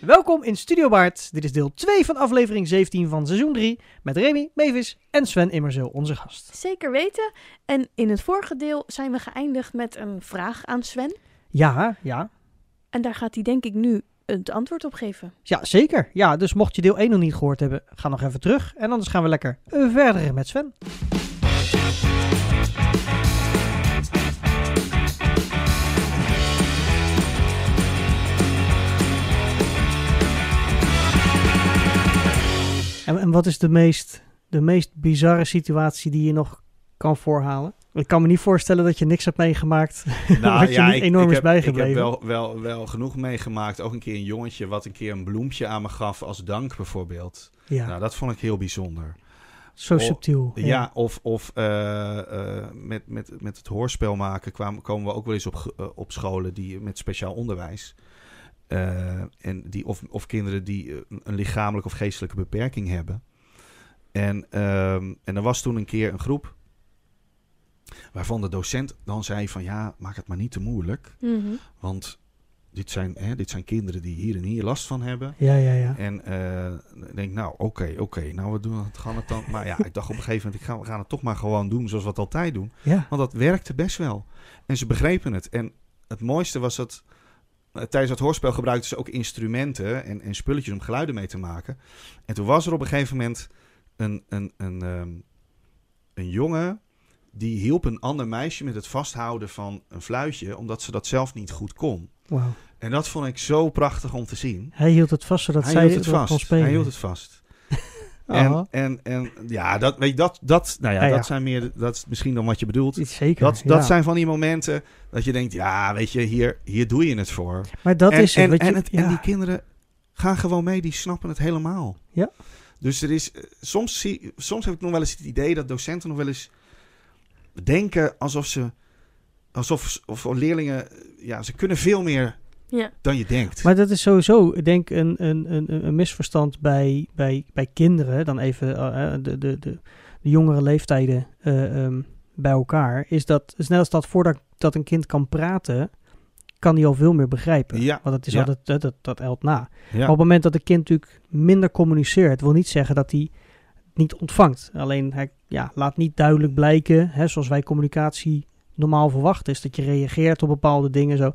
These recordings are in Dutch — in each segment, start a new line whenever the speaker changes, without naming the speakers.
Welkom in Studio Baard. Dit is deel 2 van aflevering 17 van seizoen 3 met Remy, Mavis en Sven Immerzeel, onze gast.
Zeker weten. En in het vorige deel zijn we geëindigd met een vraag aan Sven.
Ja, ja.
En daar gaat hij denk ik nu het antwoord op geven.
Ja, zeker. Ja, dus mocht je deel 1 nog niet gehoord hebben, ga nog even terug. En anders gaan we lekker eh, verder met Sven. En, en wat is de meest, de meest bizarre situatie die je nog kan voorhalen? Ik kan me niet voorstellen dat je niks hebt meegemaakt. Wat je niet enorm is
heb,
bijgebleven.
Nou, Ik heb wel, wel, wel genoeg meegemaakt. Ook een keer een jongetje wat een keer een bloempje aan me gaf als dank bijvoorbeeld.
Ja,
Nou, dat vond ik heel bijzonder.
zo
oh,
subtiel.
Ja, of, of eh, eh, met, met, met het hoorspel maken kwamen, komen we ook wel eens op, ge- eh, op scholen die, met speciaal onderwijs. Eh, en die, of, of kinderen die eh, een lichamelijke of geestelijke beperking hebben. En, ehm, en er was toen een keer een groep waarvan de docent dan zei van ja, maak het maar niet te moeilijk.
Mhm.
Want dit zijn, hè, dit zijn kinderen die hier en hier last van hebben.
ja, ja, ja.
En eh, ik denk, nou, oké, oké, nou, we doen het, gaan het dan. Maar ja, ik dacht op een gegeven moment, ik ga, we gaan het toch maar gewoon doen zoals we het altijd doen.
ja.
Want dat werkte best wel. En ze begrepen het. En het mooiste was dat, eh, tijdens het hoorspel gebruikten ze ook instrumenten en, en spulletjes om geluiden mee te maken. En toen was er op een gegeven moment een, een, een, ehm, een jongen die hielp een ander meisje met het vasthouden van een fluitje, omdat ze dat zelf niet goed kon.
Wauw.
En dat vond ik zo prachtig om te zien.
Hij hield het vast zodat zij
Hij hield het
wel kon
vast.
spelen.
Hij hield het vast.
Oh,
En, en, en ja, dat, weet je, dat, dat, nou ja,
Ja, ja.
dat zijn meer, dat is misschien dan wat je bedoelt.
iets zeker.
Dat,
ja.
dat zijn van die momenten dat je denkt, ja, weet je, hier, hier doe je het voor.
maar dat
en,
is het.
en,
weet je,
en, het- en
ja.
die kinderen gaan gewoon mee, die snappen het helemaal.
Ja.
Dus er is, eh, soms, zie, soms heb ik nog wel eens het idee dat docenten nog wel eens denken alsof ze, alsof of leerlingen, ja, ze kunnen veel meer
Ja.
dan je denkt.
Maar dat is sowieso, ik denk, een, een, een, een- een misverstand bij, bij, bij kinderen. Dan even eh, eh, de, de, de, de jongere leeftijden eh, ehm, bij elkaar. Is dat, is net als dat voordat dat een kind kan praten, kan hij al veel meer begrijpen.
Ja,
Want dat is
ja.
altijd, eh, dat, dat, dat elt na.
ja.
Maar op het moment dat het kind natuurlijk minder communiceert, wil niet zeggen dat hij het niet ontvangt. Alleen hij ja, laat niet duidelijk blijken, hè, zoals wij communicatie normaal verwachten, is dat je reageert op bepaalde dingen. Zo. Dat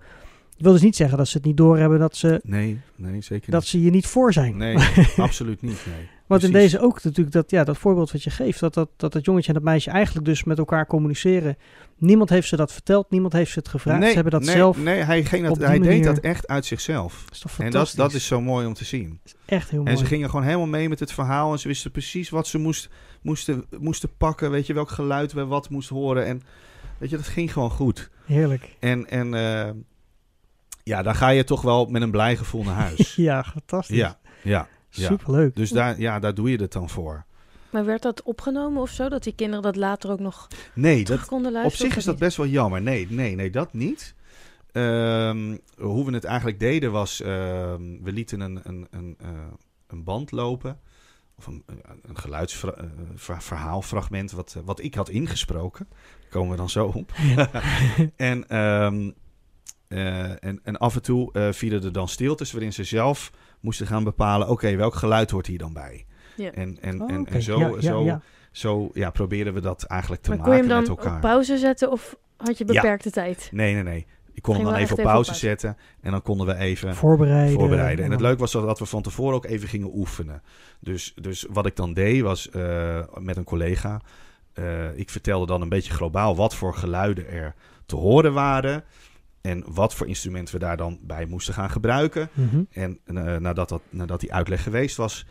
wil dus niet zeggen dat ze het niet doorhebben dat ze,
Nee, nee, zeker
dat ze je niet voor zijn.
niet. Nee, absoluut niet. Nee.
Want in
precies.
deze ook natuurlijk dat, ja, dat voorbeeld wat je geeft, dat dat, dat dat jongetje en dat meisje eigenlijk dus met elkaar communiceren. Niemand heeft ze dat verteld, niemand heeft ze het gevraagd.
nee,
ze hebben dat
nee,
zelf.
Nee, hij, ging
op
dat,
die
hij deed
manier-
dat echt uit zichzelf.
Dat is toch
En dat,
fantastisch.
dat is zo mooi om te zien.
echt heel mooi.
En ze gingen gewoon helemaal mee met het verhaal. En ze wisten precies wat ze moest, moesten, moesten pakken. Weet je, welk geluid we wat moest horen. En weet je, dat ging gewoon goed.
Heerlijk.
En, en eh, ja, dan ga je toch wel met een blij gevoel naar huis.
Ja, fantastisch.
ja, ja. ja.
Superleuk.
Dus daar, ja, daar doe je het dan voor.
Maar werd dat opgenomen of zo? Dat die kinderen dat later ook nog
Nee, dat,
terug konden
Op
luisteren?
zich is dat best wel jammer. Nee, nee, nee, dat niet. Ehm, hoe we het eigenlijk deden was, ehm, we lieten een, een, een, eh, een band lopen. Of een, een geluidsverhaalfragment wat, eh, wat ik had ingesproken. Daar komen we dan zo op. en, ehm, eh, en, en af en toe eh, vielen er dan stiltes waarin ze zelf moesten gaan bepalen... oké, welk geluid hoort hier dan bij?
Ja.
En, en,
Oh,
en,
oké.
en zo,
Ja, ja,
zo,
ja.
zo ja, proberen we dat eigenlijk te
Maar kon je
maken
hem dan
met elkaar.
op pauze zetten of had je
Ja.
beperkte tijd?
Nee, nee, nee. Ik kon hem
Ging
dan
wel
even
echt even
op
op
pauze
pauze.
zetten. En dan konden we even
Voorbereiden.
eh,
eh,
voorbereiden. En het leuke was dat we van tevoren ook even gingen oefenen. Dus, dus wat ik dan deed was eh, met een collega. eh, ik vertelde dan een beetje globaal wat voor geluiden er te horen waren. En wat voor instrumenten we daar dan bij moesten gaan gebruiken.
Mhm.
En eh, nadat, dat, nadat die uitleg geweest was,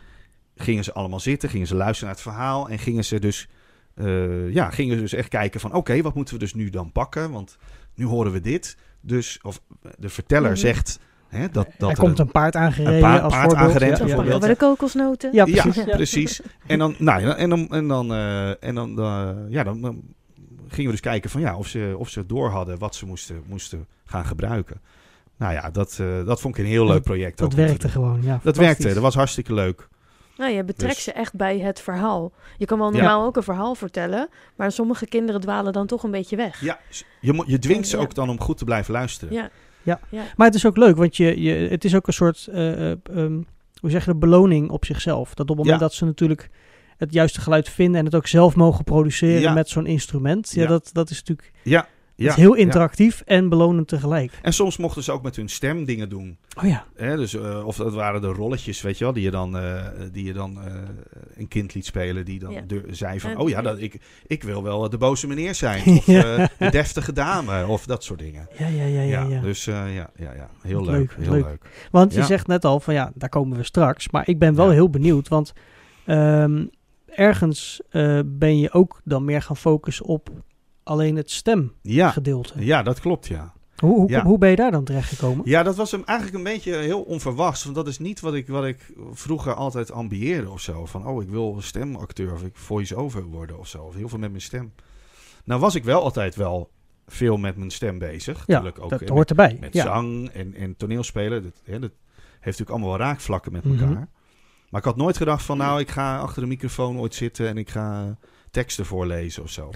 gingen ze allemaal zitten, gingen ze luisteren naar het verhaal en gingen ze dus, eh, ja, gingen ze dus echt kijken van oké, wat moeten we dus nu dan pakken? Want nu horen we dit. Dus, of de verteller
Mhm.
zegt hè, dat, dat
er
er
komt een paard aangereden
een paard-
als
paard
voorbeeld.
aangerend
ja,
Of
ja.
pakken
voorbeeld.
we oh, de kokosnoten?
Ja,
Ja,
precies. Ja.
precies. En dan, nou, ja, en dan, en dan, eh, en dan, eh, ja, dan, dan gingen we dus kijken van ja, of ze, of ze door hadden wat ze moesten, moesten gaan gebruiken. Nou ja, dat, eh, dat vond ik een heel leuk project. ook
Dat
om te
werkte
doen.
gewoon, ja.
Dat
fantastisch.
werkte, dat was hartstikke leuk.
Nou, je betrekt
Dus-
ze echt bij het verhaal. Je kan wel
Ja.
normaal ook een verhaal vertellen, maar sommige kinderen dwalen dan toch een beetje weg.
Ja, je, mo- je dwingt ze
Ja.
ook dan om goed te blijven luisteren.
Ja. Ja.
Maar het is ook leuk, want je, je, het is ook een soort, eh, eh, ehm, hoe zeg je dat, beloning op zichzelf. Dat op het moment
Ja.
dat ze natuurlijk het juiste geluid vinden en het ook zelf mogen produceren
Ja.
met zo'n instrument. Ja,
Ja.
Dat, dat is natuurlijk
Ja,
dat
ja.
is heel interactief en belonend tegelijk.
En soms mochten ze ook met hun stem dingen doen.
Oh ja,
Hè? Dus, eh, of dat waren de rolletjes, weet je wel, die je dan, eh, die je dan eh, een kind liet spelen. Die dan
Ja.
de- zei van,
En-
oh ja, dat, ik, ik wil wel de boze meneer zijn. Of
Ja.
eh, de deftige dame, of dat soort dingen.
ja, ja, ja, ja.
Ja,
ja.
dus eh, ja, ja, ja, heel
Wat
leuk.
leuk, wat
heel
leuk.
leuk.
Want je
Ja.
zegt net al van ja, daar komen we straks. Maar ik ben wel
Ja.
heel benieuwd, want ehm, ergens eh, ben je ook dan meer gaan focussen op alleen het
Ja,
stemgedeelte.
ja, dat klopt, ja.
Hoe, hoe,
Ja.
hoe ben je daar dan terecht gekomen?
Ja, dat was hem eigenlijk een beetje heel onverwachts. Want dat is niet wat ik, wat ik vroeger altijd ambieerde of zo. Van, oh, ik wil stemacteur of ik voice-over worden of zo. Of heel veel met mijn stem. Nou was ik wel altijd wel veel met mijn stem bezig.
Ja,
Tuurlijk ook
dat
eh,
hoort erbij.
met, met
ja.
zang en, en toneelspelen. Dat, hè, dat heeft natuurlijk allemaal wel raakvlakken met
Mhm.
elkaar. Maar ik had nooit gedacht van, nou, ik ga achter de microfoon ooit zitten en ik ga teksten voorlezen of zo.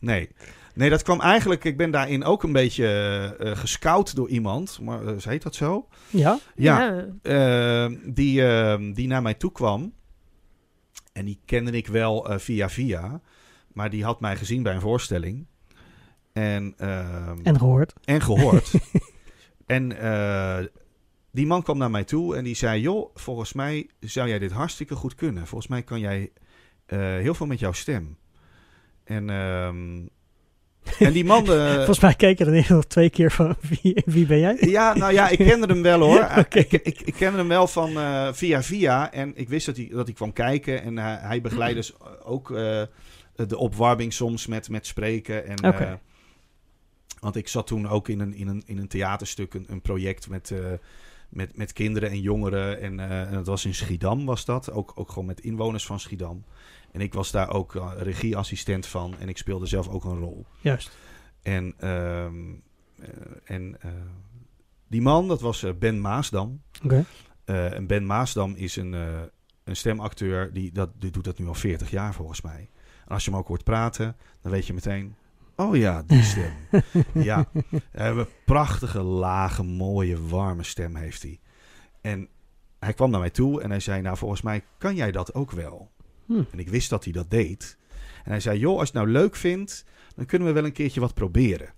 nee. Nee, dat kwam eigenlijk, ik ben daarin ook een beetje eh, eh, gescout door iemand, maar eh, heet dat zo?
Ja,
Ja,
eh,
eh, die, eh, die naar mij toe kwam. En die kende ik wel eh, via via, maar die had mij gezien bij een voorstelling. En, ehm,
en gehoord.
en gehoord. en eh, die man kwam naar mij toe en die zei: Joh, volgens mij zou jij dit hartstikke goed kunnen. Volgens mij kan jij eh, heel veel met jouw stem. En, ehm, en die man. eh,
Volgens mij keken er in ieder geval twee keer van wie, wie ben jij?
ja, nou ja, ik kende hem wel hoor. Ah,
Oké.
Ik, ik, ik kende hem wel van eh, via via. En ik wist dat hij, dat hij kwam kijken. En hij, hij begeleidde dus ook eh, de opwarming soms met, met spreken. En,
Oké.
eh, want ik zat toen ook in een, in een, in een theaterstuk, een, een project met, eh, met, met kinderen en jongeren. En, eh, en dat was in Schiedam, was dat. Ook, ook gewoon met inwoners van Schiedam. En ik was daar ook eh, regieassistent van. En ik speelde zelf ook een rol.
Juist.
En, ehm, eh, en eh, die man, dat was eh, Ben Maasdam.
Oké.
Eh, en Ben Maasdam is een, eh, een stemacteur, die, dat, die doet dat nu al 40 jaar volgens mij. En als je hem ook hoort praten, dan weet je meteen... Oh ja, die stem. ja, Eh, een prachtige, lage, mooie, warme stem heeft hij. En hij kwam naar mij toe en hij zei... Nou, volgens mij kan jij dat ook wel.
Hm.
En ik wist dat hij dat deed. En hij zei, joh, als je het nou leuk vindt... dan kunnen we wel een keertje wat proberen.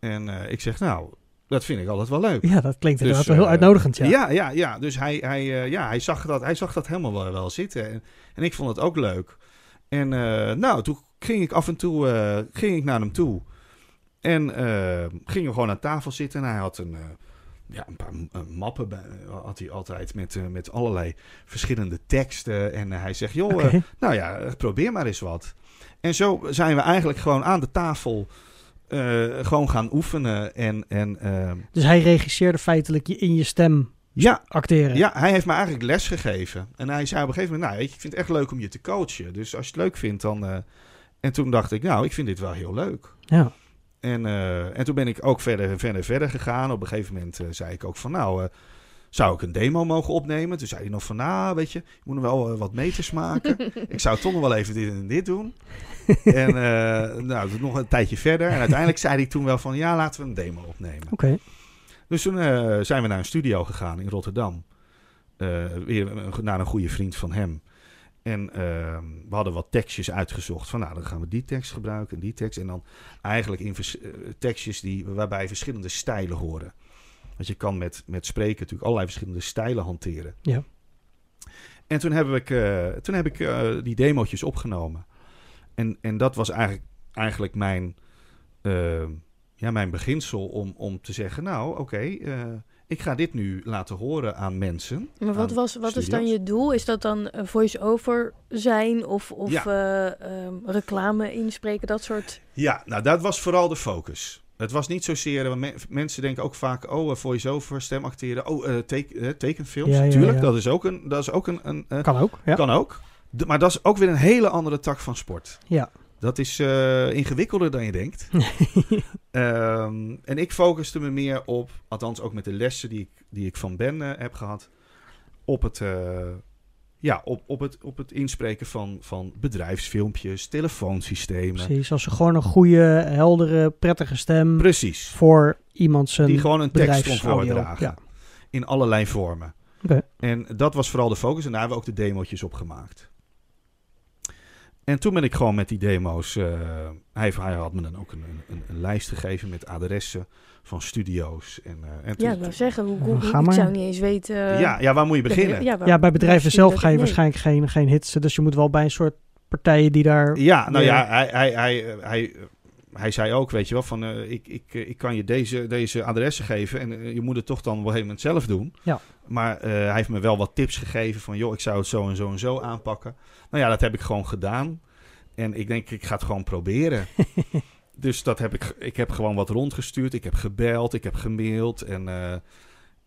En eh, ik zeg, nou, dat vind ik altijd wel leuk.
Ja, dat klinkt
Dus,
inderdaad wel heel
eh,
uitnodigend. Ja.
Ja, ja, ja. Dus hij, hij, eh, ja, hij, zag dat, hij zag dat helemaal wel, wel zitten. En, en ik vond het ook leuk. En eh, nou, toen ging ik af en toe eh, ging ik naar hem toe. En eh gingen we gewoon aan tafel zitten. En hij had een, eh, ja, een paar m- eh, mappen bij, had hij altijd met, eh, met allerlei verschillende teksten. En eh, hij zegt, joh,
Oké.
eh, nou ja, eh, probeer maar eens wat. En zo zijn we eigenlijk gewoon aan de tafel eh, gewoon gaan oefenen. En, en eh,
Dus hij regisseerde feitelijk je in je stem
ja,
acteren.
ja, hij heeft me eigenlijk les gegeven. En hij zei op een gegeven moment, nou weet je, ik vind het echt leuk om je te coachen. Dus als je het leuk vindt, dan... eh, En toen dacht ik, nou, ik vind dit wel heel leuk.
Ja.
En, eh, en toen ben ik ook verder en verder en verder gegaan. Op een gegeven moment eh, zei ik ook van, nou, eh, zou ik een demo mogen opnemen? Toen zei hij nog van, nou, weet je, je moet nog wel eh, wat meters maken. ik zou toch nog wel even dit en dit doen. en eh, nou, toen nog een tijdje verder. En uiteindelijk zei hij toen wel van, ja, laten we een demo opnemen.
Oké.
Dus toen eh, zijn we naar een studio gegaan in Rotterdam. Eh, weer een- naar een goede vriend van hem. En eh, we hadden wat tekstjes uitgezocht. Van nou, dan gaan we die tekst gebruiken en die tekst. En dan eigenlijk in vers- eh, tekstjes die, waarbij verschillende stijlen horen. Want je kan met, met spreken natuurlijk allerlei verschillende stijlen hanteren.
Ja.
En toen heb ik, eh, toen heb ik eh, die demootjes opgenomen. En, en dat was eigenlijk, eigenlijk mijn, eh, ja, mijn beginsel om, om te zeggen... nou, oké, eh, ik ga dit nu laten horen aan mensen.
maar wat,
aan
was, wat is dan
studio's.
je doel? Is dat dan eh, voice-over zijn of, of
Ja.
eh, ehm, reclame inspreken, dat soort?
Ja, nou dat was vooral de focus. Het was niet zozeer, want me- mensen denken ook vaak, oh, eh, voice-over, stemacteren, oh, eh, teke- eh, tekenfilms.
Ja, ja,
Tuurlijk,
ja.
dat is ook een, dat is ook een, een eh,
Kan ook. Ja.
kan ook. D- maar dat is ook weer een hele andere tak van sport.
Ja.
Dat is eh, ingewikkelder dan je denkt. Ehm, en ik focuste me meer op, althans ook met de lessen die ik, die ik van Ben eh, heb gehad, op het, eh, Ja, op, op, het, op het inspreken van, van bedrijfsfilmpjes, telefoonsystemen.
Precies, als ze gewoon een goede, heldere, prettige stem
Precies.
voor iemand zijn...
Die gewoon een tekst kon
bedrijfsaudio,
voordragen.
ja.
In allerlei vormen.
Oké.
En dat was vooral de focus. En daar hebben we ook de demo's op gemaakt. En toen ben ik gewoon met die demo's... eh, hij, hij had me dan ook een, een, een lijst gegeven met adressen van studio's. En, eh, en toen,
Ja, ik wou zeggen, hoe, hoe,
Ga
hoe- ik
maar.
zou niet eens weten... eh,
ja, ja, waar moet je beginnen?
Ja, waar-
ja, bij bedrijven
waar-
zelf ga je
nee.
waarschijnlijk geen, geen hits. Dus je moet wel bij een soort partijen die daar...
Ja, nou
Ja.
ja, hij, hij, hij, eh, hij, eh, hij zei ook, weet je wel, van eh, ik, ik, eh, ik kan je deze, deze adressen geven en eh, je moet het toch dan op een gegeven moment zelf doen.
Ja.
Maar eh, hij heeft me wel wat tips gegeven van, joh, ik zou het zo en zo en zo aanpakken. Nou ja, dat heb ik gewoon gedaan. En ik denk, ik ga het gewoon proberen. dus dat heb ik, ge- ik heb gewoon wat rondgestuurd. Ik heb gebeld, ik heb gemaild. En, eh,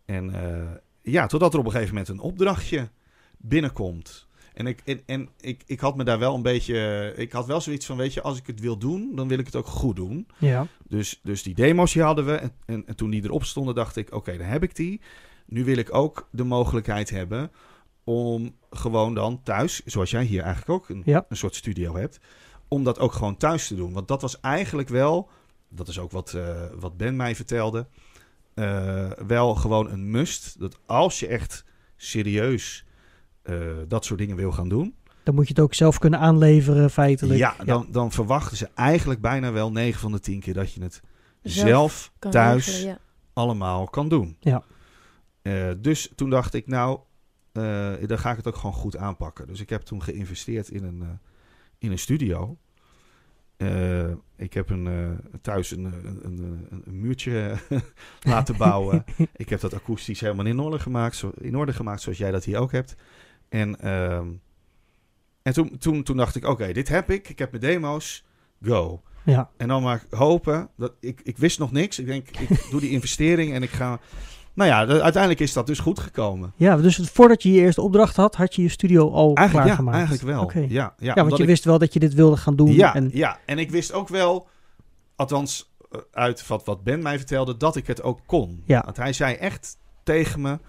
en eh, ja, totdat er op een gegeven moment een opdrachtje binnenkomt. En, ik, en, en ik, ik had me daar wel een beetje. Ik had wel zoiets van: weet je, als ik het wil doen, dan wil ik het ook goed doen.
Ja.
Dus, dus die demo's die hadden we. En, en, en toen die erop stonden, dacht ik: oké, dan heb ik die. Nu wil ik ook de mogelijkheid hebben om gewoon dan thuis, zoals jij hier eigenlijk ook een,
Ja.
een soort studio hebt, om dat ook gewoon thuis te doen. Want dat was eigenlijk wel, dat is ook wat, eh, wat Ben mij vertelde, eh, wel gewoon een must. Dat als je echt serieus eh, dat soort dingen wil gaan doen.
Dan moet je het ook zelf kunnen aanleveren feitelijk.
Ja, dan, dan verwachten ze eigenlijk bijna wel 9 van de 10 keer dat je het zelf,
Zelf Kan
thuis
regelen, ja.
allemaal kan doen.
Ja.
Eh, dus toen dacht ik, nou, eh, dan ga ik het ook gewoon goed aanpakken. Dus ik heb toen geïnvesteerd in een, eh, in een studio. Eh, ik heb een, eh, thuis een, eh, een, een, een- een muurtje laten bouwen. ik heb dat akoestisch helemaal in orde gemaakt, zo, in orde gemaakt zoals jij dat hier ook hebt. En, ehm, en toen, toen, toen dacht ik, oké, dit heb ik. Ik heb mijn demo's. Go.
Ja.
En dan maar hopen. Dat, ik, ik wist nog niks. Ik denk, ik doe die investering en ik ga... Nou ja, de- uiteindelijk is dat dus goed gekomen.
Ja, dus het- voordat je je eerste opdracht had, had je je studio al
Eigenlijk, ja,
klaargemaakt.
eigenlijk wel.
Oké.
Ja, ja,
Ja, want
omdat
je
ik-
wist wel dat je dit wilde gaan doen.
Ja,
en,
ja, en ik wist ook wel, althans eh, uit wat, wat Ben mij vertelde, dat ik het ook kon.
Ja.
Want hij zei echt tegen me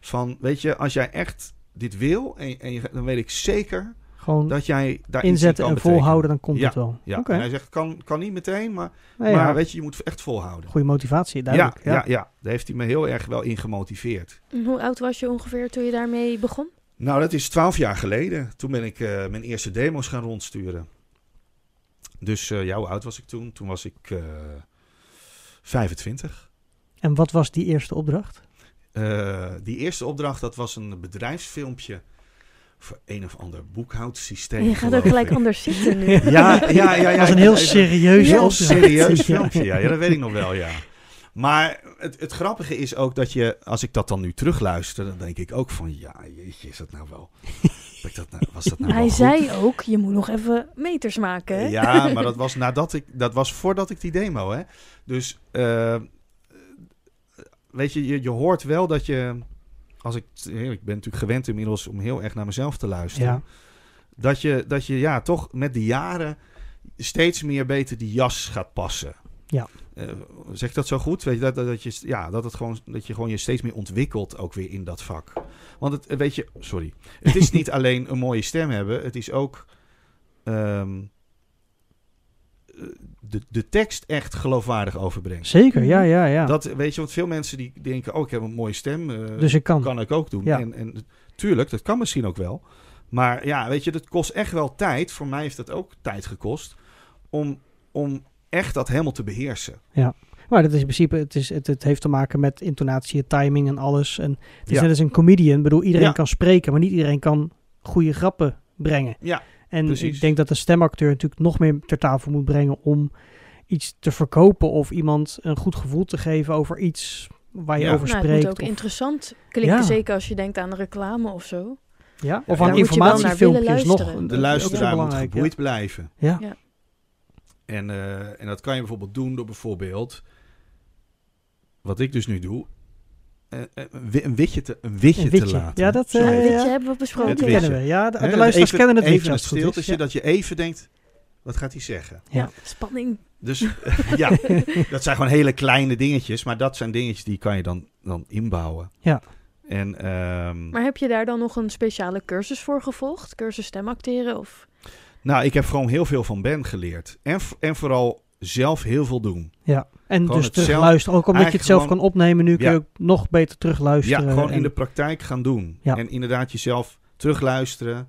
van, weet je, als jij echt dit wil, en, en je- dan weet ik zeker
gewoon
dat jij daar iets
inzetten
in
en
kan betekenen.
volhouden, dan komt
Ja,
het wel.
Ja,
Oké.
en hij zegt, kan, kan niet meteen, maar,
Nee,
maar
ja,
weet je, je moet echt volhouden.
goede motivatie,
Ja,
duidelijk.
ja, ja, daar heeft hij me heel erg wel in gemotiveerd.
En Hoe oud was je ongeveer toen je daarmee begon?
Nou, dat is twaalf jaar geleden. Toen ben ik eh, mijn eerste demo's gaan rondsturen. Dus eh ja, hoe oud was ik toen? Toen was ik eh 25.
En wat was die eerste opdracht?
Eh, die eerste opdracht, dat was een bedrijfsfilmpje voor een of ander boekhoudsysteem.
je gaat ook
geloof
gelijk
ik.
anders zitten nu.
Ja, ja, ja. ja
dat was een heel
Even-
serieus
heel
opdracht.
serieus
Ja.
filmpje. Ja, ja, dat weet ik nog wel, ja. Maar het, het grappige is ook dat je, als ik dat dan nu terugluister, dan denk ik ook van, ja, jeetje, is dat nou wel... heb ik dat nou- was dat nou
Hij
wel goed?
zei ook, je moet nog even meters maken. Hè? Nou,
Ja, maar dat was, nadat ik, dat was voordat ik die demo, hè. Dus, eh, weet je, je, je hoort wel dat je... Als ik, ik ben natuurlijk gewend inmiddels om heel erg naar mezelf te luisteren.
Ja.
Dat je, dat je ja, toch met de jaren steeds meer beter die jas gaat passen.
Ja.
Eh, zeg ik dat zo goed? Weet je, dat, dat, dat je, ja, dat, het gewoon, dat je gewoon je steeds meer ontwikkelt ook weer in dat vak. Want het, eh, weet je, sorry. Het is niet alleen een mooie stem hebben. Het is ook ehm, eh, de, de tekst echt geloofwaardig overbrengen.
Zeker, ja, ja, ja.
Mhm. Dat, weet je, want veel mensen die denken, oh, ik heb een mooie stem. eh,
dus ik kan.
kan ik ook doen.
Ja.
En, en tuurlijk, dat kan misschien ook wel. Maar ja, weet je, dat kost echt wel tijd. Voor mij heeft dat ook tijd gekost. Om, om echt dat helemaal te beheersen.
Maar dat is in principe, het, is, het, het heeft te maken met intonatie, timing en alles. En het is
Ja.
net als een comedian. Ik bedoel, iedereen
Ja.
kan spreken, maar niet iedereen kan goede grappen brengen.
Ja,
En
precies.
ik denk dat een stemacteur natuurlijk nog meer ter tafel moet brengen om iets te verkopen of iemand een goed gevoel te geven over iets waar je
Ja.
over
Nou, het moet
spreekt.
ook
of,
interessant klinken,
Ja.
zeker als je denkt aan reclame of zo.
ja?
Ja,
of
daar
aan
moet
wel
je
naar
informatiefilmpjes
willen
nog. Dat
luisteren.
is
De
ook zo
luisteraar moet
belangrijk,
geboeid blijven.
Ja.
Ja.
En, eh, en dat kan je bijvoorbeeld doen door bijvoorbeeld... Wat ik dus nu doe... eh, eh, een wi- een witje te, een witje
Een
te
witje.
laten.
Ja, dat, eh, ja.
Ja, weet je, hebben we
Ja,
besproken.
Het
die
witje.
kennen we. Ja, de, de
Hè,
luisteraars
even-
kennen het
Even
witje
een
als het goed is.
stiltje,
Ja.
dat je even denkt... Wat gaat hij zeggen?
Ja.
Spanning.
Dus ja, dat zijn gewoon hele kleine dingetjes. Maar dat zijn dingetjes die kan je dan, dan inbouwen.
Ja.
En, ehm,
Maar heb je daar dan nog een speciale cursus voor gevolgd? Cursus stemacteren of...
Nou, ik heb gewoon heel veel van Ben geleerd. En, v- en vooral zelf heel veel doen.
Ja, en
Gewoon
dus
het zelf-
terugluisteren. Ook omdat je het
eigenlijk
zelf
gewoon-
kan opnemen, nu kun je
Ja.
ook nog beter
Ja,
terugluisteren.
gewoon
en-
in de praktijk gaan doen.
Ja.
En inderdaad jezelf terugluisteren.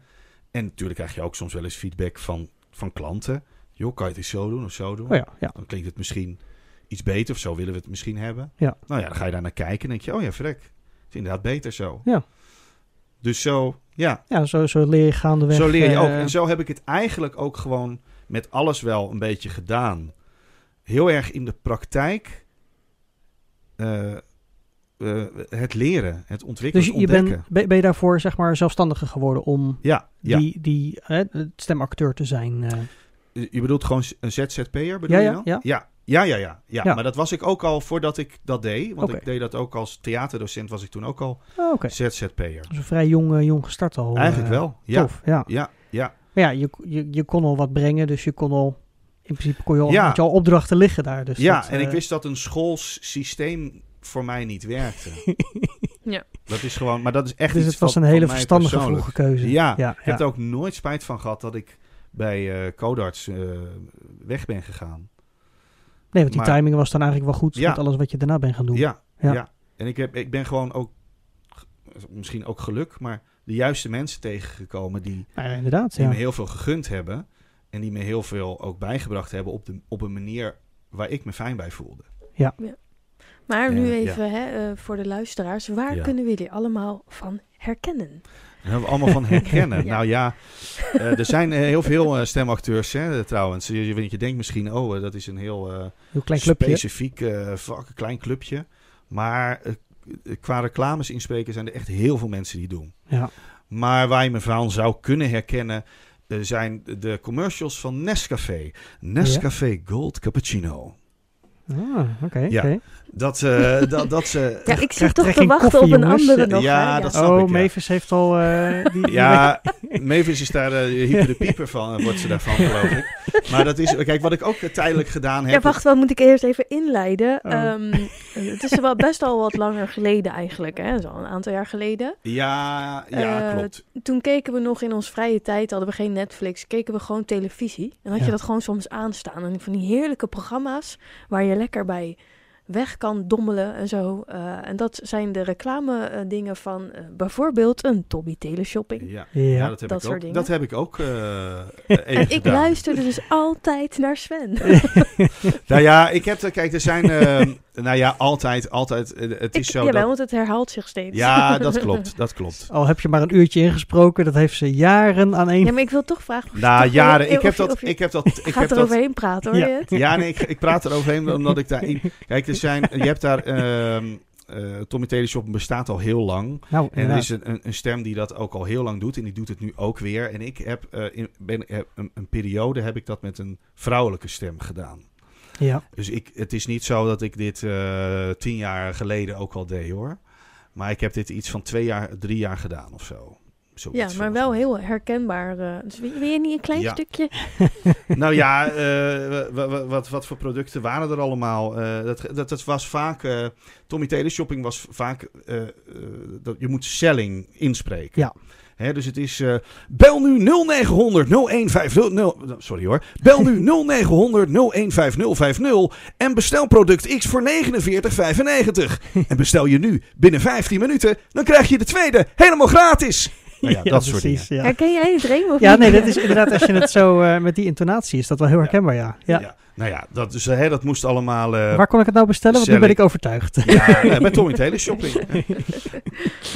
En natuurlijk krijg je ook soms wel eens feedback van, van klanten. Joh, kan je het eens zo doen of zo doen?
Oh ja, ja.
Dan klinkt het misschien iets beter of zo willen we het misschien hebben.
Ja.
Nou ja, dan ga je daar naar kijken en denk je, oh ja, vrek. Het is inderdaad beter zo.
Ja.
Dus zo, ja,
ja zo, zo leer je gaandeweg.
Zo leer je
eh,
ook. En zo heb ik het eigenlijk ook gewoon met alles wel een beetje gedaan. Heel erg in de praktijk eh, eh, het leren, het ontwikkelen,
dus je, je
ontdekken.
bent ben, ben je daarvoor zeg maar zelfstandiger geworden om
Ja, ja.
die, die hè, het stemacteur te zijn. eh.
je bedoelt gewoon een ZZP'er, bedoel
Ja,
je
ja,
dan?
ja.
Ja. Ja, ja, ja, ja.
Ja.
Maar dat was ik ook al voordat ik dat deed. Want
Oké.
ik deed dat ook als theaterdocent, was ik toen ook al
Oh, Oké,
ZZP'er.
dat is een vrij jong, eh, jong gestart al.
Eigenlijk
eh,
wel, ja.
Tof, ja.
Ja, ja.
Maar ja, je, je, je kon al wat brengen, dus je kon al... In principe kon je al,
Ja.
had je al opdrachten liggen daar. Dus
ja
dat,
en
eh,
ik wist dat een schoolsysteem voor mij niet werkte.
Ja.
Dat is gewoon, maar dat is echt
Dus
iets
het was
van-
een hele
van mij
verstandige
persoonlijk.
vroege keuze.
Ja,
ja,
Ik
ja.
heb er ook nooit spijt van gehad dat ik bij eh Codarts eh, weg ben gegaan.
Nee, want die
maar-
timing was dan eigenlijk wel goed
Ja.
met alles wat je daarna bent gaan doen.
Ja,
Ja.
ja. En ik, heb, ik ben gewoon ook, g- misschien ook geluk, maar de juiste mensen tegengekomen die,
Nou Ja, inderdaad,
die
ja.
me heel veel gegund hebben. En die me heel veel ook bijgebracht hebben op, de, op een manier waar ik me fijn bij voelde.
Maar nu
Ja, ja.
even hè, eh, voor de luisteraars. Waar
Ja.
kunnen we jullie allemaal van herkennen?
Daar hebben we allemaal van herkennen.
Ja.
Nou ja, eh, er zijn eh, heel veel eh, stemacteurs hè, trouwens. Je, je, je denkt misschien, oh, eh, dat is een heel... eh,
Heel klein clubje.
specifiek eh, vak, een klein clubje. Maar eh, qua reclames inspreken zijn er echt heel veel mensen die doen.
Ja.
Maar waar je me van zou kunnen herkennen... eh, zijn de commercials van Nescafé. Nescafé Gold Cappuccino.
Ah, oké.
Ja.
oké.
Dat, eh, dat, dat ze...
Ja, ik zit toch
trek
te
geen
wachten
koffie,
op een
jongens.
andere nog.
Ja,
hè?
dat snap
Oh,
ik, ja.
Mavis heeft al... eh, die- die-
Ja, Mavis is daar eh, hyper de pieper van, eh, wordt ze daarvan, geloof ik. Maar dat is, kijk, wat ik ook eh, tijdelijk gedaan heb.
Ja, wacht, wat moet ik eerst even inleiden?
Oh.
Ehm, het is wel best al wat langer geleden eigenlijk, hè? Zo een aantal jaar geleden.
Ja, ja
Eh,
klopt.
Toen keken we nog in ons vrije tijd, hadden we geen Netflix, keken we gewoon televisie. En had
Ja.
je dat gewoon soms aanstaan. En van die heerlijke programma's waar je lekker bij weg kan dommelen en zo. Eh, en dat zijn de reclame eh, dingen van eh, bijvoorbeeld een Tobby Teleshopping.
Ja,
Ja.
ja, dat heb
dat
ik
soort
ook.
dingen.
Dat heb ik ook eh, even
En ik
gedaan.
luisterde dus altijd naar Sven.
Nou ja, ik heb er, kijk, er zijn, ehm, nou ja, altijd, altijd, eh, het
Ik,
is zo
jawel,
dat,
want het herhaalt zich steeds.
ja, dat klopt, dat klopt.
Al heb je maar een uurtje ingesproken, dat heeft ze jaren aan één...
Ja, maar ik wil toch vragen. Of je
Na
toch-
Nou, jaren, ik
of
heb
je- of
dat,
je-
ik heb dat, ik
gaat
heb
er
dat,
overheen praten, hoor
Ja.
je het?
ja, nee, ik, ik praat eroverheen, omdat ik daarin, kijk, er zijn, je hebt daar, ehm eh Tommy Teleshop bestaat al heel lang.
Nou,
En er
inderdaad.
is een, een, een stem die dat ook al heel lang doet en die doet het nu ook weer. En ik heb, eh, in, ben, heb een, een periode heb ik dat met een vrouwelijke stem gedaan.
ja.
Dus ik, het is niet zo dat ik dit eh, tien jaar geleden ook al deed hoor. Maar ik heb dit iets van twee jaar, drie jaar gedaan of zo. Zoiets
Ja, maar
volgens
wel
mij.
heel herkenbaar. eh. dus wil, wil je niet een klein
Ja.
stukje?
Nou ja, eh, wa- wa- wat, wat voor producten waren er allemaal? Eh, dat, dat, dat was vaak. eh, Tommy Taylor Shopping was vaak. eh, eh, dat, je moet selling inspreken.
Ja.
Hè, dus het is. eh, bel nu 0900 0150. Sorry hoor. Bel nu 0900 015050 en bestel product X voor 49,95. En bestel je nu binnen 15 minuten, dan krijg je de tweede helemaal gratis. Nou ja, dat soort dingen.
precies, ja.
Herken jij het Reem of
Ja,
niet?
nee, dat is inderdaad, als je het zo eh, met die intonatie is, dat wel heel herkenbaar, ja. ja.
Nou ja, dat, dus, hè, dat moest allemaal. eh,
Waar kon ik het nou bestellen? Want nu ben
Selling.
ik overtuigd.
Ja, nee, bij Tommy Taylor Shopping.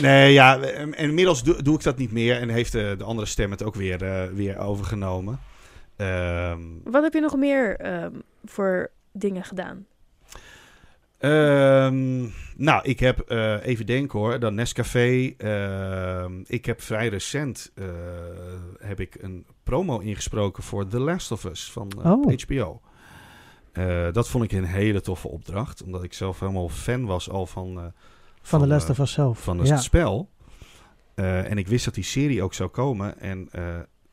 Nee, ja, en inmiddels doe, doe ik dat niet meer. En heeft eh, de, de andere stem het ook weer, eh, weer overgenomen. Ehm,
Wat heb je nog meer ehm, voor dingen gedaan?
ehm, nou, ik heb, eh, even denken hoor, dan Nescafé. Ehm, ik heb vrij recent eh, heb ik een promo ingesproken voor The Last of Us van eh,
Oh.
HBO. Eh, dat vond ik een hele toffe opdracht. Omdat ik zelf helemaal fan was al van... eh,
Van de
eh,
Last of Us zelf.
van het
ja.
spel. Eh, en ik wist dat die serie ook zou komen. En eh,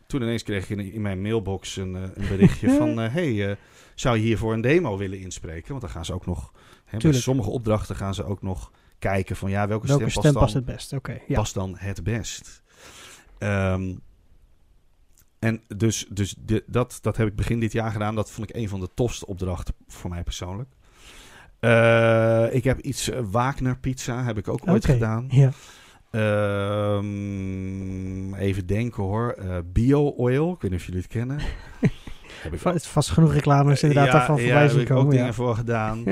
toen ineens kreeg ik in, in mijn mailbox een, eh, een berichtje van... eh, hey, eh, zou je hiervoor een demo willen inspreken? Want dan gaan ze ook nog... Hè, bij
Tuurlijk.
sommige opdrachten gaan ze ook nog kijken van ja, welke,
Welke
stem,
stem
past,
past
dan,
het best? Oké, ja.
past dan het best. Ehm, en dus, dus de- dat, dat heb ik begin dit jaar gedaan. Dat vond ik een van de tofste opdrachten voor mij persoonlijk. Eh, ik heb iets eh, Wagner pizza heb ik ook ooit
Oké,
gedaan.
Ja.
Ehm, even denken hoor. Eh, Bio Oil, ik weet niet of jullie het kennen. heb ik
Va- het is vast genoeg reclames inderdaad
ja,
daarvan
ja,
voorbij zien
heb ik ook
komen. Ja.
dingen voor gedaan.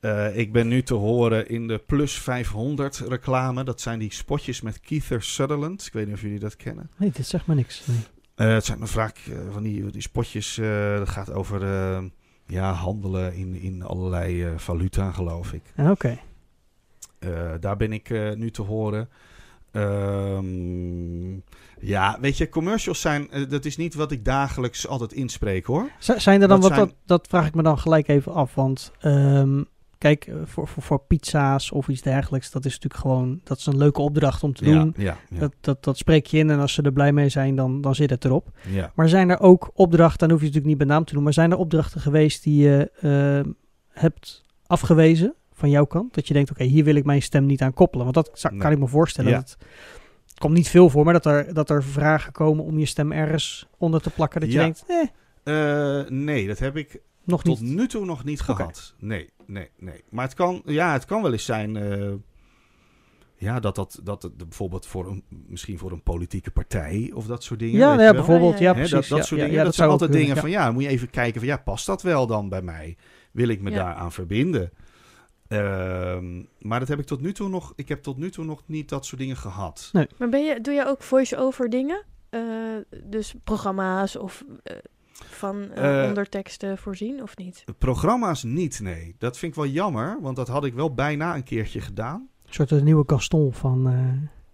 Eh, ik ben nu te horen in de Plus 500 reclame. Dat zijn die spotjes met Keither Sutherland. Ik weet niet of jullie dat kennen.
Nee, dit zegt me niks. Nee.
Eh, het zijn dan vaak eh, van die, die spotjes. eh, dat gaat over eh, ja, handelen in, in allerlei eh, valuta, geloof ik.
Ah, Oké,
Eh, daar ben ik eh, nu te horen. Ehm, ja, weet je, commercials zijn... eh, dat is niet wat ik dagelijks altijd inspreek, hoor.
Z- zijn er dan
Dat
wat,
zijn-
dat, dat vraag ik me dan gelijk even af, want ehm, kijk, eh, voor, voor, voor pizza's of iets dergelijks, dat is natuurlijk gewoon, dat is een leuke opdracht om te doen.
ja, ja,
Dat, dat, dat spreek je in en als ze er blij mee zijn, dan, dan zit het erop.
ja.
Maar zijn er ook opdrachten, dan hoef je het natuurlijk niet bij naam te doen, maar zijn er opdrachten geweest die je ehm, hebt afgewezen van jouw kant? Dat je denkt, oké, hier wil ik mijn stem niet aan koppelen. Want dat zou-
Nee.
kan ik me voorstellen.
Ja.
Dat, het komt niet veel voor, maar dat er, dat er vragen komen om je stem ergens onder te plakken. Dat je
Ja.
denkt, eh,
Eh, nee, dat heb ik
nog
tot
niet.
nu toe nog niet
Oké.
gehad. Nee, nee, nee. Maar het kan, ja, het kan wel eens zijn. eh, ja, dat dat, dat het bijvoorbeeld voor een, misschien voor een politieke partij of dat soort dingen.
Ja,
weet
nou
je
ja,
wel.
bijvoorbeeld.
Ja, ja,
Ja,
ja.
Hè,
precies.
dat, dat
ja,
soort
ja,
dingen.
ja,
dat, zijn
zou
altijd
ook
dingen
kunnen,
van, ja, moet je even kijken van, ja, past dat wel dan bij mij? Wil ik me
Ja.
daaraan verbinden? Ehm, maar dat heb ik tot nu toe nog, ik heb tot nu toe nog niet dat soort dingen gehad.
Maar ben je, doe je ook voice-over dingen? Eh, dus programma's of eh, van eh,
Eh,
onderteksten voorzien of niet?
Programma's niet, nee. Dat vind ik wel jammer, want dat had ik wel bijna een keertje gedaan.
Een soort een nieuwe Gaston van, eh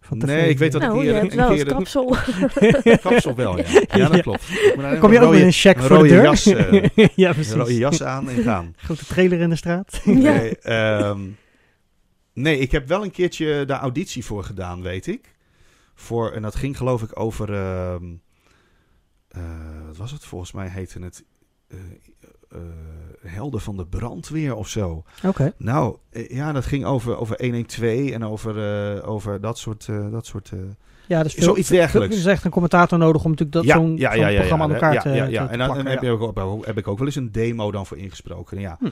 van
Nee, ik weet dat- ik
Nou,
hier
je
een-
hebt
een
wel
keer
het
een-
kapsel.
Kapsel wel, ja. Ja, dat
Ja.
klopt. Ik moet alleen
Kom je
nog
ook
een
met een check
een
voor de
rode
deur?
jas, eh,
ja,
Een rode
precies.
jas aan en gaan.
Grote trailer in de straat.
ja.
Nee, ehm, nee, ik heb wel een keertje daar auditie voor gedaan, weet ik. Voor, en dat ging geloof ik over... ehm, eh, wat was het? Volgens mij heette het... eh, eh, Helden van de brandweer of zo.
Oké.
Nou, eh, ja, dat ging over, over 112 en over, eh, over dat soort... eh, dat soort eh,
Ja, dus veel,
zoiets dergelijks.
Er is echt een commentator nodig om natuurlijk dat zo'n zo'n programma aan elkaar
ja,
te,
ja,
te-
ja.
te
En dan
plakken,
heb,
ja.
je ook, ook- heb ik ook wel eens een demo dan voor ingesproken. Ja.
Hm.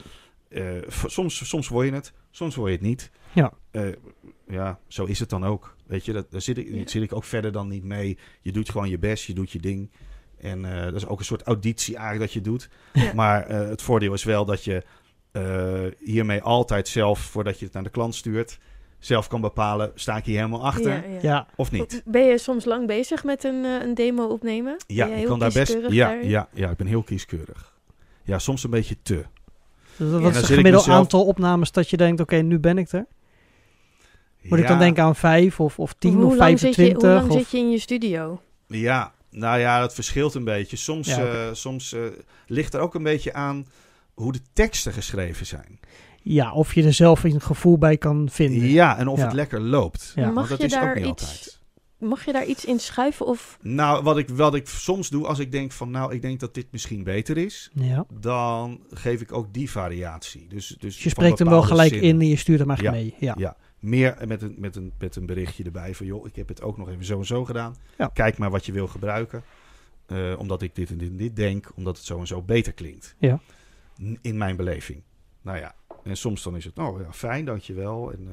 Eh, v- soms, soms hoor je het, soms hoor je het niet.
Ja.
Eh, ja, zo is het dan ook. Weet je, dat, daar zit ik,
Ja.
zit ik ook verder dan niet mee. Je doet gewoon je best, je doet je ding. En eh, dat is ook een soort auditie eigenlijk dat je doet.
Ja.
Maar eh, het voordeel is wel dat je eh, hiermee altijd zelf, voordat je het naar de klant stuurt, zelf kan bepalen, sta ik hier helemaal achter
Ja, ja.
Ja,
of niet.
Ben je soms lang bezig met een, eh, een demo opnemen? Ben
Ja,
jij
ik
heel
kan daar best.
kieskeurig
Ja,
daarin?
ja, ja, ik ben heel kieskeurig. Ja, soms een beetje te.
dus wat
dan
is
zit
het
ik
gemiddeld
mezelf-
aantal opnames dat je denkt, oké, nu ben ik er? Moet ik dan
Ja,
denken aan 5 of, of 10
hoe
of
lang Zit je, hoe
25?
lang
Of...
zit je in je studio?
Ja, nou ja, dat verschilt een beetje. Soms,
Ja, oké.
eh, soms eh, ligt er ook een beetje aan hoe de teksten geschreven zijn.
Ja, of je er zelf een gevoel bij kan vinden.
Ja, en of
Ja.
het lekker loopt.
Ja.
Mag
Want dat
je
is ook
daar
niet
iets-
altijd.
Mag je daar iets in schuiven of...
Nou, wat ik, wat ik soms doe als ik denk van, nou, ik denk dat dit misschien beter is,
Ja.
dan geef ik ook die variatie. Dus, dus
Dus je
van
spreekt hem wel
bepaalde
gelijk
zinnen.
in en je stuurt hem eigenlijk
Ja.
mee. Ja.
Ja, meer met een, met, een, met een berichtje erbij van... joh, ik heb het ook nog even zo en zo gedaan.
Ja.
Kijk maar wat je wil gebruiken. Eh, omdat ik dit en dit en dit denk. Omdat het zo en zo beter klinkt.
Ja.
N- In mijn beleving. Nou ja, en soms dan is het... oh ja, fijn, dankjewel. En, eh,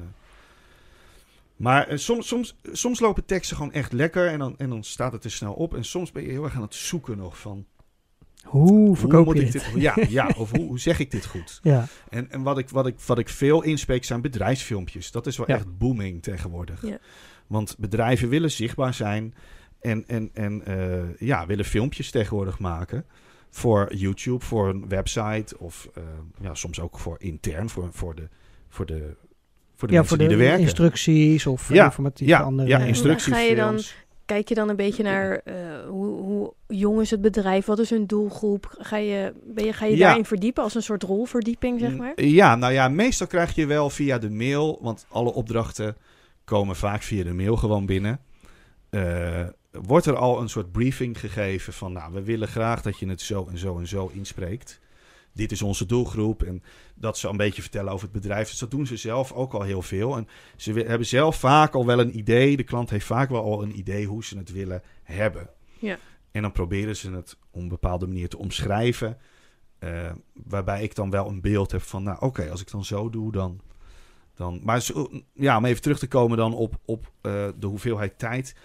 maar eh, soms, soms, soms lopen teksten gewoon echt lekker... En dan, en dan staat het er snel op. En soms ben je heel erg aan het zoeken nog van...
Hoe verkoop
moet
je
ik
dit?
ja, ja, of hoe, hoe zeg ik dit goed?
Ja.
En, en wat, ik, wat, ik, wat ik veel inspreek zijn bedrijfsfilmpjes. Dat is wel
Ja.
echt booming tegenwoordig.
Ja.
Want bedrijven willen zichtbaar zijn en, en, en eh, ja, willen filmpjes tegenwoordig maken. Voor YouTube, voor een website of eh, ja, soms ook voor intern, voor, voor de, voor de, voor de
ja,
mensen
voor
die er
de
werken.
instructies of
Ja,
informatieve
ja,
andere...
ja,
En
instructiefilms.
ga je dan- Kijk je dan een beetje naar eh, hoe, hoe jong is het bedrijf? Wat is hun doelgroep? Ga je, ben je, ga je
Ja.
daarin verdiepen als een soort rolverdieping, zeg maar?
Ja, nou ja, meestal krijg je wel via de mail, want alle opdrachten komen vaak via de mail gewoon binnen. Eh, wordt er al een soort briefing gegeven van, nou, we willen graag dat je het zo en zo en zo inspreekt. dit is onze doelgroep. En dat ze een beetje vertellen over het bedrijf. Dus dat doen ze zelf ook al heel veel. En ze we- hebben zelf vaak al wel een idee. De klant heeft vaak wel al een idee hoe ze het willen hebben.
Ja.
En dan proberen ze het op een bepaalde manier te omschrijven. eh, waarbij ik dan wel een beeld heb van, nou oké, als ik dan zo doe, dan... dan maar zo, ja, om even terug te komen dan op, op eh, de hoeveelheid tijd.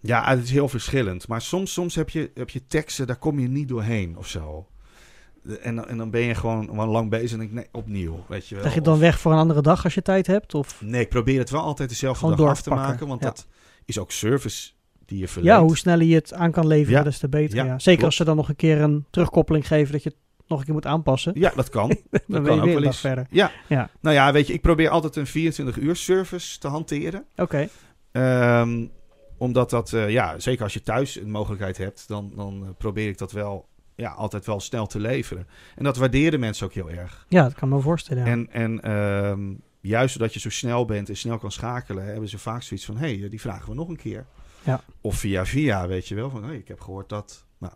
Ja, het is heel verschillend. Maar soms, soms heb, je, heb je teksten, daar kom je niet doorheen of zo. De- En, dan- en dan ben je gewoon, gewoon lang bezig en denk ik, nee, opnieuw, weet je wel.
Leg je het
Of-
dan weg voor een andere dag als je tijd hebt? Of
Nee, ik probeer het wel altijd dezelfde
Gewoon
dag af te
doorpakken,
maken. Want
ja.
dat is ook service die je verleent.
ja, hoe sneller je het aan kan leveren,
Ja,
des te beter. Ja.
ja,
Zeker
klopt.
als ze dan nog een keer een terugkoppeling geven dat je het nog een keer moet aanpassen.
Ja, dat kan.
dan
kan
ben je
ook
weer
wel
een dag
eens.
verder.
Ja.
Ja.
Nou ja, weet je, ik probeer altijd een 24-uur service te hanteren.
Oké,
Ehm, omdat dat, eh, ja, zeker als je thuis een mogelijkheid hebt, dan, dan eh, probeer ik dat wel, ja, altijd wel snel te leveren. En dat waarderen mensen ook heel erg.
ja, dat kan me voorstellen. ja.
En, en ehm, juist doordat je zo snel bent en snel kan schakelen, hebben ze vaak zoiets van, hé, hey, eh, die vragen we nog een keer.
Ja.
Of via via, weet je wel, van, hé, ik heb gehoord dat, nou,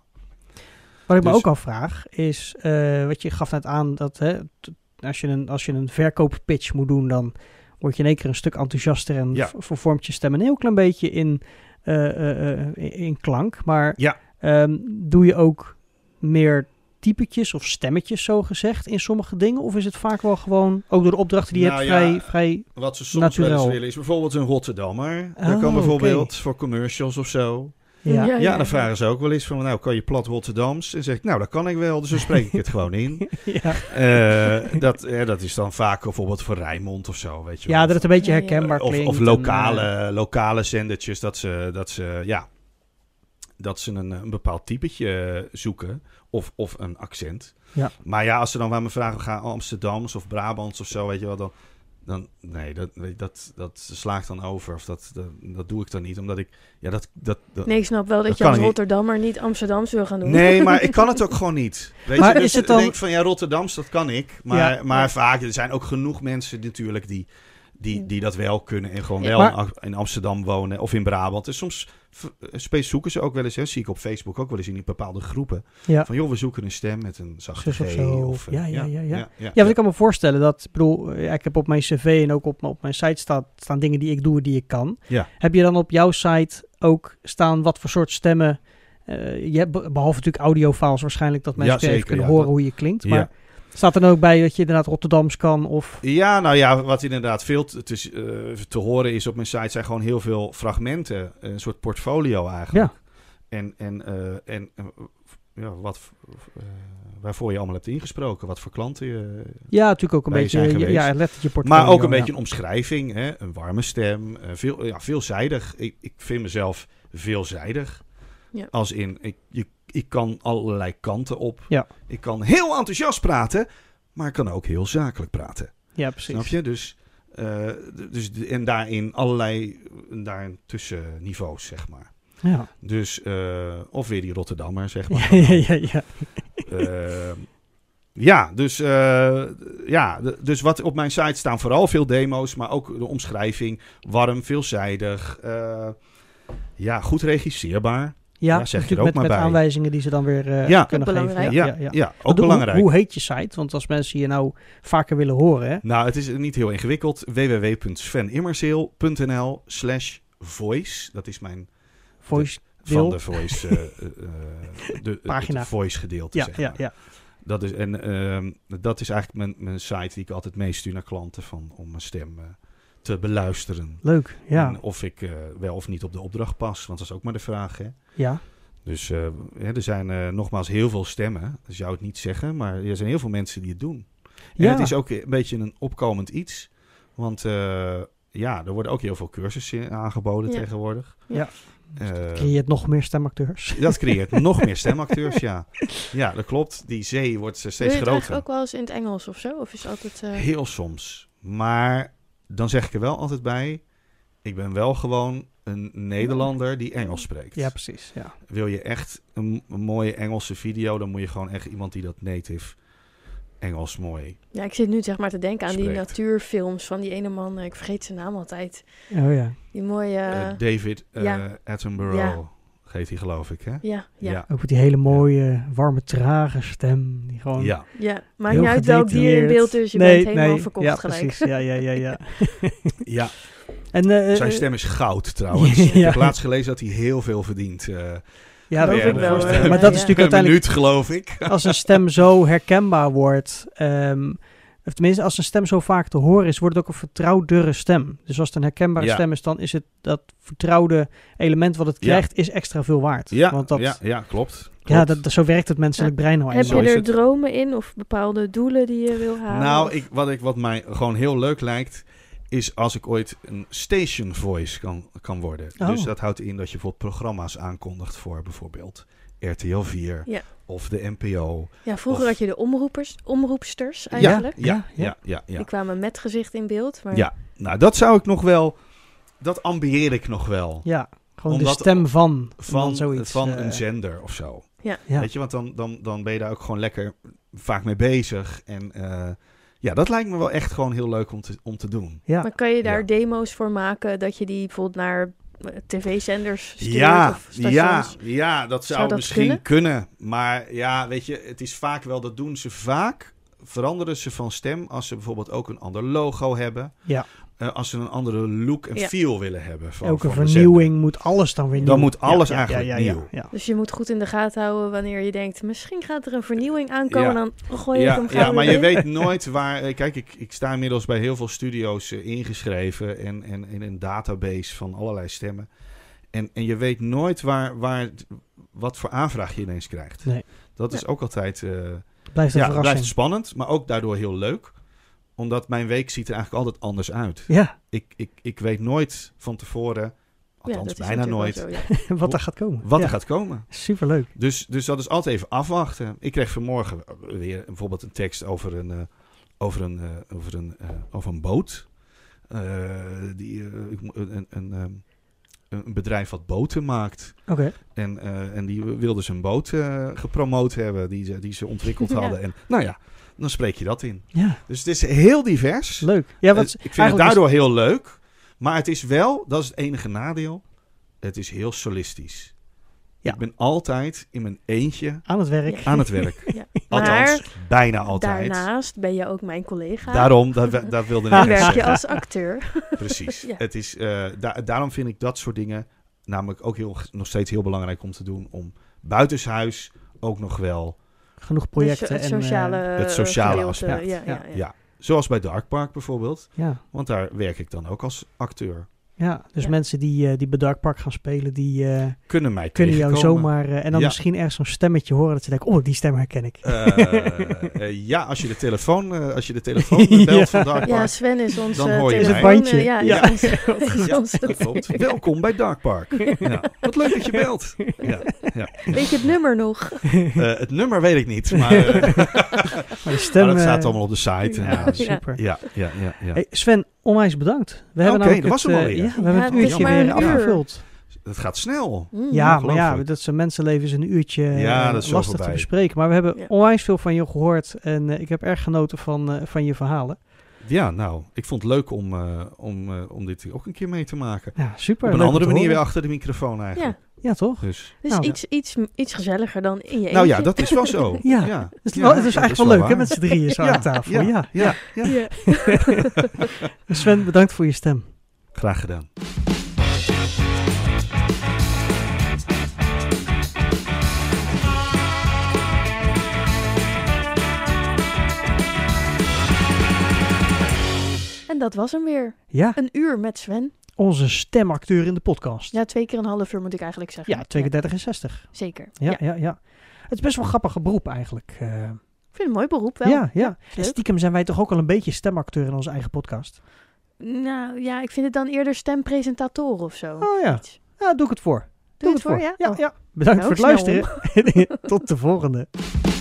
Wat ik me
Dus-
ook afvraag is, eh, wat je gaf net aan, dat hè, t- als, je een, als je een verkooppitch moet doen, dan word je in één keer een stuk enthousiaster en
Ja.
v- vervormt je stem een heel klein beetje in, eh, eh, eh, in- in klank. Maar
Ja.
ehm, doe je ook meer typetjes of stemmetjes, zo gezegd, in sommige dingen? Of is het vaak wel gewoon, ook door de opdrachten die je
Nou
hebt,
ja,
vrij, vrij...
Wat ze soms
Naturel.
wel eens willen is bijvoorbeeld een Rotterdammer.
Oh,
Daar kan bijvoorbeeld
oké.
voor commercials of zo.
Oh, Ja.
Ja, dan vragen ze ook wel eens van, nou kan je plat Rotterdams? En zeg ik, nou dat kan ik wel, dus dan spreek ik het gewoon in.
ja.
Eh, dat, eh, dat is dan vaak bijvoorbeeld voor Rijnmond of zo, weet je
ja,
wel. Eh,
dat het een beetje
Ja, ja.
herkenbaar
of,
klinkt.
of
en,
lokale,
eh,
lokale zendertjes, dat ze, dat ze, ja, dat ze een, een bepaald typetje eh, zoeken. Of, of een accent.
Ja.
Maar ja, als ze dan aan me vragen, gaan Amsterdams of Brabants of zo, weet je wel, dan... dan nee, dat, dat, dat slaagt dan over. Of dat, dat, dat doe ik dan niet, omdat ik... Ja, dat, dat, dat-
Nee, ik snap wel dat,
Dat
je
kan
als
niet.
Rotterdammer niet Amsterdams wil gaan doen.
Nee, maar ik kan het ook gewoon niet. Weet
Maar
je, dus
is het dan-
ik denk van ja, Rotterdams, dat kan ik. Maar,
Ja.
maar vaak, er zijn ook genoeg mensen natuurlijk die, die, die dat wel kunnen. En gewoon
Ja.
wel
Maar-
in Am- in Amsterdam wonen of in Brabant. En soms v- space zoeken ze ook wel eens, hè, zie ik op Facebook ook wel eens in die bepaalde groepen.
Ja.
Van joh, we zoeken een stem met een zachte
Zus of
G
zo,
Of, eh,
ja, ja, ja, ja.
ja.
Ja, want ik kan me voorstellen dat, ik bedoel, eh, ik heb op mijn cv en ook op, m- op mijn site staat, staan dingen die ik doe, die ik kan.
Ja.
Heb je dan op jouw site ook staan wat voor soort stemmen, eh, je hebt, be- behalve natuurlijk audiofiles waarschijnlijk, dat mensen
Ja,
weer even
zeker,
kunnen
ja,
horen
dat-
hoe je klinkt.
Ja.
Maar staat er dan ook bij dat je inderdaad Rotterdams kan of...
Ja, nou ja, wat inderdaad veel te, te- eh, te horen is op mijn site zijn gewoon heel veel fragmenten. Een soort portfolio eigenlijk. En, en, eh, en eh, ja, wat, v- eh, waarvoor je allemaal hebt ingesproken, wat voor klanten je.
Ja, natuurlijk ook een
Bij je
beetje,
zijn
ja,
geweest.
ja, lettertje portfolio.
Maar ook een
ja.
beetje een omschrijving, hè? een warme stem, eh, veel, ja, veelzijdig. Ik, ik vind mezelf veelzijdig.
Ja.
Als in, ik, je- ik kan allerlei kanten op.
Ja.
Ik kan heel enthousiast praten, maar ik kan ook heel zakelijk praten.
Ja, precies.
Snap je? Dus, eh, d- dus d- en daarin allerlei en daarin tussenniveaus, zeg maar.
Ja.
Dus, eh, of weer die Rotterdammer, zeg
Ja,
maar.
ja, ja, ja.
Eh, ja, dus, eh, ja, d- dus wat op mijn site staan vooral veel demo's, maar ook de omschrijving. Warm, veelzijdig, eh, ja, goed regisseerbaar.
Ja,
Ja, zeg je er
natuurlijk
ook
met,
maar
met
bij.
aanwijzingen die ze dan weer eh,
Ja.
kunnen
Ook
geven.
belangrijk.
Ja, ja, ook
Hoe-
belangrijk.
Hoe, heet je site? Want als mensen je nou vaker willen horen, hè?
Nou, het is niet heel ingewikkeld. www.svenimmerseel.nl slash voice. Dat is mijn
Voice Deel.
van de voice eh, eh, eh, de,
Pagina.
het voice gedeelte
Ja,
zeg
ja,
maar.
ja.
Dat is, en ehm, dat is eigenlijk mijn, mijn site die ik altijd meestuur naar klanten van, om mijn stem eh, te beluisteren.
Leuk, ja.
En of ik eh, wel of niet op de opdracht pas, want dat is ook maar de vraag. Hè?
ja.
Dus eh, hè, er zijn eh, nogmaals heel veel stemmen, dat zou ik niet zeggen, maar er zijn heel veel mensen die het doen. En
Ja.
het is ook een beetje een opkomend iets, want eh, ja, er worden ook heel veel cursussen aangeboden
Ja.
tegenwoordig.
Ja.
Eh,
Creëert nog meer stemacteurs.
Dat creëert nog meer stemacteurs, ja. Ja, dat klopt. Die zee wordt eh,
Doe je
steeds
het eigenlijk
groter.
ook wel eens in het Engels of zo? Of is het altijd... eh,
Heel soms. Maar dan zeg ik er wel altijd bij... ik ben wel gewoon een Nederlander die Engels spreekt.
Ja, precies. Ja.
Wil je echt een, een mooie Engelse video... dan moet je gewoon echt iemand die dat native Engels mooi...
Ja, ik zit nu zeg maar te denken aan die
Spreekt.
natuurfilms van die ene man. eh, Ik vergeet zijn naam altijd.
Oh ja.
Die mooie...
Eh, David eh,
ja.
Attenborough.
Ja.
Geeft hij geloof ik, hè?
Ja, ja. ja.
Ook met die hele mooie, warme, trage stem. Die gewoon
Ja.
maakt
heel
niet uit welk dier in
gedetailleerd-
beeld is. Je bent helemaal verkocht
ja,
gelijk.
Precies. Ja, ja, ja, ja.
ja.
En, eh, eh,
Zijn stem is goud trouwens.
Ja.
Ik heb laatst gelezen dat hij heel veel verdient. eh,
ja,
Geloof
dat-
ik wel,
maar
eh,
dat is
ja.
natuurlijk
per
uiteindelijk
minuut, geloof ik.
als een stem zo herkenbaar wordt, ehm, of tenminste als een stem zo vaak te horen is, wordt het ook een vertrouwdere stem. Dus als het een herkenbare
Ja.
stem is, dan is het dat vertrouwde element wat het
Ja.
krijgt, is extra veel waard.
Ja,
Want dat,
ja, ja klopt.
ja,
Klopt.
dat, dat- zo werkt het menselijk brein nou
Heb
eenmaal.
Zo
je
is
er
het.
dromen in of bepaalde doelen die je wil halen?
Nou,
Of-
ik, wat, ik, wat mij gewoon heel leuk lijkt, is als ik ooit een station voice kan, kan worden.
Oh.
Dus dat houdt in dat je bijvoorbeeld programma's aankondigt voor bijvoorbeeld RTL 4
Ja.
of de NPO.
ja, vroeger
of-
had je de omroepers, omroepsters
Ja,
eigenlijk.
ja,
Ja,
ja, ja, ja.
Die kwamen met gezicht in beeld. Maar
Ja. Nou, dat zou ik nog wel, dat ambieer ik nog wel.
Ja, gewoon
Omdat-
de stem van,
Van,
van zoiets.
van
eh,
een zender of zo.
ja.
Weet je, want dan, dan, dan ben je daar ook gewoon lekker vaak mee bezig. En eh, ja, dat lijkt me wel echt gewoon heel leuk om te, om te doen.
ja.
Maar kan je daar
Ja.
demo's voor maken dat je die bijvoorbeeld naar eh, tv-zenders stuurt
Ja,
of stations?
ja, ja, dat zou,
Zou dat
misschien kunnen? Maar ja, weet je, het is vaak wel, dat doen ze vaak. Veranderen ze van stem als ze bijvoorbeeld ook een ander logo hebben.
Ja.
Eh, als ze een andere look en
Ja.
feel willen hebben. Van,
Elke
van de zender.
vernieuwing moet alles dan weer nieuw.
Dan moet alles
Ja, ja,
eigenlijk
ja, ja,
nieuw.
Ja,
Dus je moet goed in de gaten houden wanneer je denkt, misschien gaat er een vernieuwing aankomen,
Ja.
dan gooi je
ja,
hem gauw
ja, maar
weer
je
in.
weet nooit waar. eh, Kijk, ik, ik sta inmiddels bij heel veel studio's eh, ingeschreven en, en in een database van allerlei stemmen. En, en je weet nooit waar, waar, het- wat voor aanvraag je ineens krijgt.
Nee.
Dat is
Ja.
ook altijd. eh
Blijft een
ja, het blijft
verrassing.
spannend, maar ook daardoor heel leuk. Omdat mijn week ziet er eigenlijk altijd anders uit.
Ja,
Ik, ik, ik weet nooit van tevoren,
Ja,
althans
dat is
bijna nooit,
natuurlijk wel zo, ja.
wat er gaat komen.
wat
ja.
er gaat komen.
Superleuk.
Dus, dus dat is altijd even afwachten. Ik kreeg vanmorgen weer bijvoorbeeld een tekst over een, eh, over een, eh, over een, eh, over een boot. Eh, die, eh, ik mo- een, een, ehm, een bedrijf wat boten maakt.
Oké.
En, eh, en die wilde ze een boot eh, gepromoot hebben die ze, die ze ontwikkeld
Ja.
hadden. En nou ja, dan spreek je dat in.
Ja,
Dus het is heel divers.
leuk. Ja, wat,
Eh, ik vind het
eigenlijk
daardoor heel leuk. Maar het is wel, dat is het enige nadeel, het is heel solistisch.
Ja.
Ik ben altijd in mijn eentje
aan het werk.
aan het werk.
Ja.
Althans,
Maar
bijna altijd.
daarnaast ben je ook mijn collega.
Daarom, dat, we- dat wilde ik
en
net
werk je
zeggen.
als acteur. Dus
Precies.
Ja.
Het is, eh, da- daarom vind ik dat soort dingen namelijk ook heel, nog steeds heel belangrijk om te doen. Om buitenshuis ook nog wel,
Genoeg
Dus
projecten.
het
en, eh,
sociale,
het sociale
gedeelte,
aspect.
Ja, ja,
Ja.
ja.
Ja. zoals bij Dark Park bijvoorbeeld.
ja,
Want daar werk ik dan ook als acteur.
ja, dus
Ja.
mensen die, eh, die bij Dark Park gaan spelen, die eh,
Kunnen mij
kunnen jou
tegenkomen.
zomaar... eh, en dan
Ja.
misschien ergens zo'n stemmetje horen dat ze denken, oh, die stem herken ik.
Eh, eh, ja, als je de telefoon, eh, als je de telefoon belt
Ja.
van Dark
Ja,
Park.
Sven is ons
Dan
eh,
hoor je mij.
telefoon,
Is het
bandje?
eh, ja,
Ja.
is- is
Ja,
onze-
dat klopt. Welkom bij Dark Park. Ja. Wat leuk dat je belt. Ja.
Weet je het nummer nog?
Eh, het nummer weet ik niet, maar, eh,
Maar de stem...
maar ah, dat staat
eh,
allemaal op de site.
Ja,
Ja, dus-
super.
ja, ja, ja. ja.
Hey, Sven, onwijs bedankt. We hebben
Oké,
namelijk
dat was
het,
hem
eh,
alweer.
Ja, we hebben
Ja,
het
het is
uurtje
maar
weer
een uur.
aangevuld.
Het gaat snel.
Mm.
Ja, maar
geloof
ja,
ik.
dat zijn mensenleven is een uurtje eh,
Ja, dat is zo
lastig te
voorbij.
bespreken. Maar we hebben
Ja.
onwijs veel van je gehoord. En eh, ik heb erg genoten van, eh, van je verhalen.
Ja, nou, ik vond het leuk om, eh, om, eh, om dit ook een keer mee te maken.
Ja, super. leuk
Op een
om
andere
te
manier weer
horen.
achter de microfoon eigenlijk.
Ja,
Ja, toch?
Dus,
dus
Nou, ja.
iets, iets, iets gezelliger dan in je eentje.
nou ja, dat is wel zo.
Ja.
ja.
Het is,
Ja,
wel- het is
dat
eigenlijk
is
wel,
wel
leuk, hè,
waar.
met z'n drieën zo
Ja,
aan tafel. Ja.
ja, ja.
Ja.
Sven, bedankt voor je stem.
Graag gedaan.
En dat was hem weer.
Ja,
Een uur met Sven.
onze stemacteur in de podcast. Ja,
Ja, twee keer een half uur moet ik eigenlijk zeggen.
2 keer 30 en 60.
zeker. Ja.
Ja, ja, ja. Het is best wel een grappige beroep eigenlijk. eh.
Ik vind het een mooi beroep wel.
ja, ja. En
leuk.
stiekem zijn wij toch ook al een beetje stemacteur in onze eigen podcast.
Nou ja, ik vind het dan eerder stempresentator of zo.
Oh ja,
Iets.
ja doe ik het voor.
Doe je
ik
het voor, ja?
Ja,
Oh.
ja. Bedankt
Nou,
voor het
snel,
luisteren. Tot de volgende.